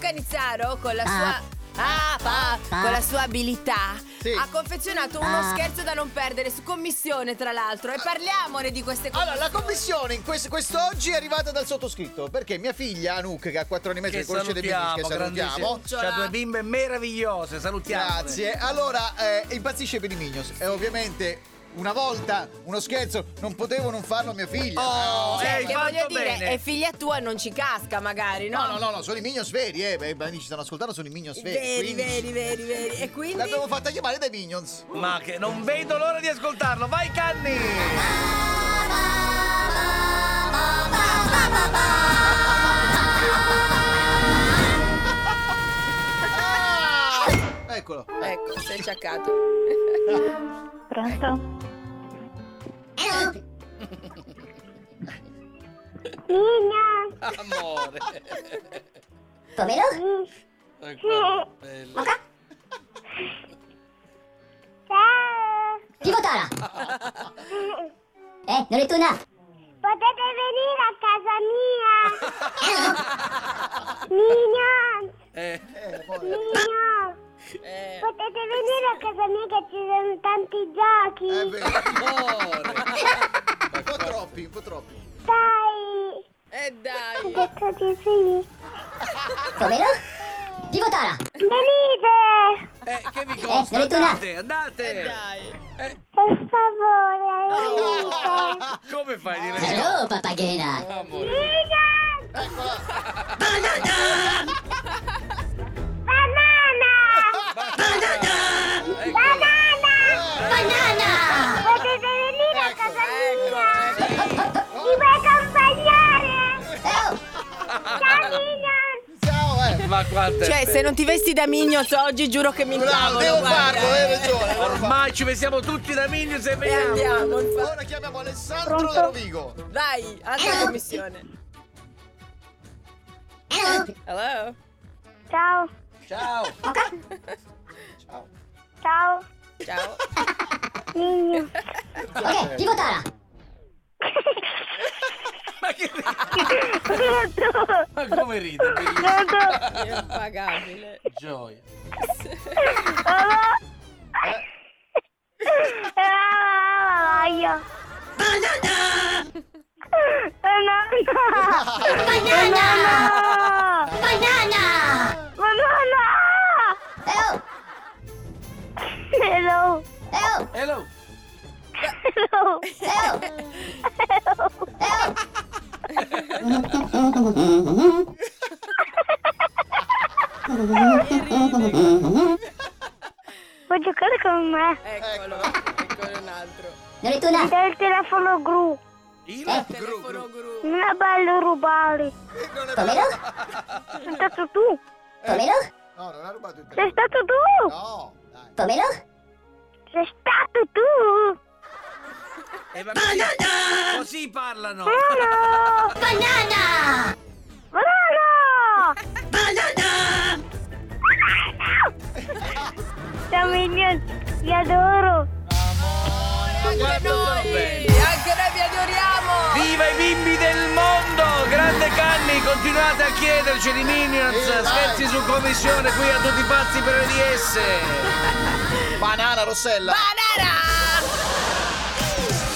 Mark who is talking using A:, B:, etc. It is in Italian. A: Cannizzaro con la sua. Ah, pa- Ah. con la sua abilità
B: Sì.
A: ha confezionato uno scherzo da non perdere su commissione, tra l'altro. E parliamone di queste cose.
B: Allora, la commissione in questo, quest'oggi è arrivata dal sottoscritto perché mia figlia Anouk, che ha 4 anni e mezzo,
C: Che
B: che conosce dei business, che
C: salutiamo,
B: salutiamo.
C: grandissimo. C'ha Cioè, due bimbe meravigliose, salutiamo.
B: Grazie. Allora, eh, impazzisce per i Minions. E ovviamente, una volta, uno scherzo, non potevo non farlo a mia figlia.
C: Oh,
A: Cioè,
C: eh,
A: che
C: fatto
A: voglio dire,
C: bene.
A: è figlia tua, non ci casca, magari, no?
B: No, no, no, no, sono i Minions veri, eh. Beh, I bambini ci stanno ascoltando, sono i Minions veri.
A: Veri,
B: quindi
A: veri, veri, veri. E quindi.
B: L'abbiamo fatta chiamare dai Minions.
C: Ma che non vedo l'ora di ascoltarlo. Vai Canni!
B: Ah! Eccolo.
A: Ecco, sei ciaccato.
D: Pronto?
E: Nino,
C: Amore.
F: Come lo?
C: Ecco, bello.
E: ciao,
F: Pivotala! Eh, non è tu no?
E: potete venire a casa mia? Nino,
C: Eh,
B: Eh, amore.
E: Nino,
A: Eh,
E: potete venire a casa mia che ci sono tanti giochi.
B: Eh, beh,
C: amore.
B: un po' troppi, un po' troppi.
E: Dai,
A: eh,
E: ho
A: dai.
E: detto di sì.
F: Come lo? Pivotala!
E: Venite,
C: Eh, che vi costa?
F: Eh, saluta.
C: Andate, andate.
A: Eh, dai.
E: per favore, venite.
C: Come fai a
F: Eh,
C: dire di no?
F: Hello, pappaghena!
C: Amore.
E: Nino,
F: Banana!
E: banana,
C: Ecco.
F: Banana!
E: potete venire a casa
A: Ecco,
E: mia.
A: eh.
B: Oh,
E: Mi puoi accompagnare?
F: Oh,
E: Ciao, Nino.
B: ciao, eh.
C: Ma quanto è
A: Cioè, se non ti vesti da Mignoz oggi, giuro che mi incavolo,
B: Bravo, devo
A: guarda. eh.
B: farlo, hai ragione. devo farlo.
C: Ormai ci vestiamo tutti da Minions e
A: E
C: veniamo.
A: andiamo, infa-
B: Ora chiamiamo Alessandro
D: Pronto?
B: da Rovigo.
A: Dai, altra commissione. Hello?
E: Ciao,
C: Ciao.
B: Ciao.
E: ciao,
A: Ciao.
E: Nino.
F: ok, pivotala!
C: Ma che
E: Pronto?
C: Ma come ride? bellissimo.
E: Pronto?
A: Impagabile.
C: Gioia.
E: Ah. Ah, la io. Banana!
F: Banana!
E: Banana!
F: Banana!
E: Banana!
F: Oh,
E: Hello!
F: oh,
C: Hello.
E: Hello!
F: oh!
E: Vuoi giocare con me?
A: Eccolo. Eccolo un altro.
F: Non è tu no?
E: Dai il telefono gru.
F: Eh,
C: Il
A: Telefono gru.
E: Non è bello rubare.
F: Come lo?
E: Sei stato tu.
F: Come lo?
B: No, non ha rubato il
E: Sei
B: telefono.
E: stato tu.
B: No, dai.
F: Come lo?
E: Sei stato tu.
C: Eh, ma così, così parlano.
E: Banana!
F: Banana!
E: Banana!
F: Banana!
E: Ciao Minion, vi adoro.
C: Guarda, sono belli.
A: Anche noi vi adoriamo.
C: Viva i bimbi del mondo! Grande Canni, continuate a chiederci di Minions,
B: Eh, dai.
C: scherzi su commissione qui a tutti i pazzi per le DS.
B: Banana Rossella.
A: Banana!